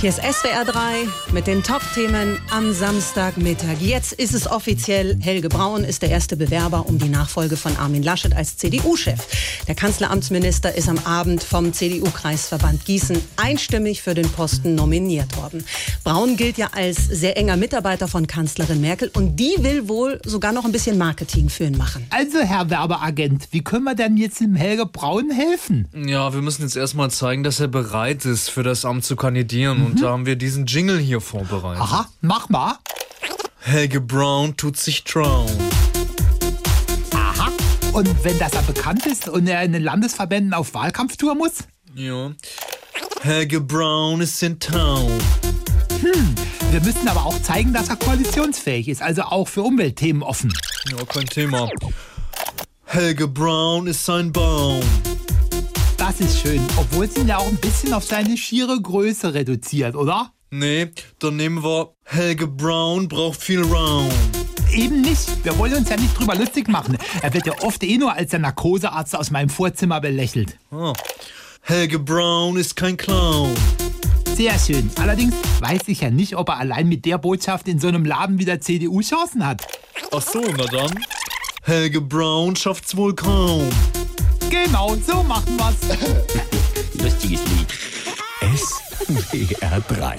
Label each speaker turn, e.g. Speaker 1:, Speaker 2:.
Speaker 1: Hier ist SWR 3 mit den Top-Themen am Samstagmittag. Jetzt ist es offiziell. Helge Braun ist der erste Bewerber um die Nachfolge von Armin Laschet als CDU-Chef. Der Kanzleramtsminister ist am Abend vom CDU-Kreisverband Gießen einstimmig für den Posten nominiert worden. Braun gilt ja als sehr enger Mitarbeiter von Kanzlerin Merkel und die will wohl sogar noch ein bisschen Marketing für ihn machen.
Speaker 2: Also, Herr Werbeagent, wie können wir denn jetzt dem Helge Braun helfen?
Speaker 3: Ja, wir müssen jetzt erstmal zeigen, dass er bereit ist, für das Amt zu kandidieren. Und da haben wir diesen Jingle hier vorbereitet.
Speaker 2: Aha, mach mal.
Speaker 3: Helge Brown tut sich trauen.
Speaker 2: Aha. Und wenn das dann bekannt ist und er in den Landesverbänden auf Wahlkampftour muss?
Speaker 3: Ja. Helge Brown ist in town.
Speaker 2: Wir müssen aber auch zeigen, dass er koalitionsfähig ist, also auch für Umweltthemen offen.
Speaker 3: Ja, kein Thema. Helge Brown ist ein Baum.
Speaker 2: Das ist schön, obwohl es ihn ja auch ein bisschen auf seine schiere Größe reduziert, oder?
Speaker 3: Nee, dann nehmen wir Helge Brown braucht viel Raum.
Speaker 2: Eben nicht. Wir wollen uns ja nicht drüber lustig machen. Er wird ja oft eh nur als der Narkosearzt aus meinem Vorzimmer belächelt.
Speaker 3: Ah. Helge Brown ist kein Clown.
Speaker 2: Sehr schön. Allerdings weiß ich ja nicht, ob er allein mit der Botschaft in so einem Laden wie der CDU Chancen hat.
Speaker 3: Ach so, na dann. Helge Brown schafft's wohl kaum.
Speaker 2: Genau, so machen wir's.
Speaker 4: Lustiges Lied. SWR 3.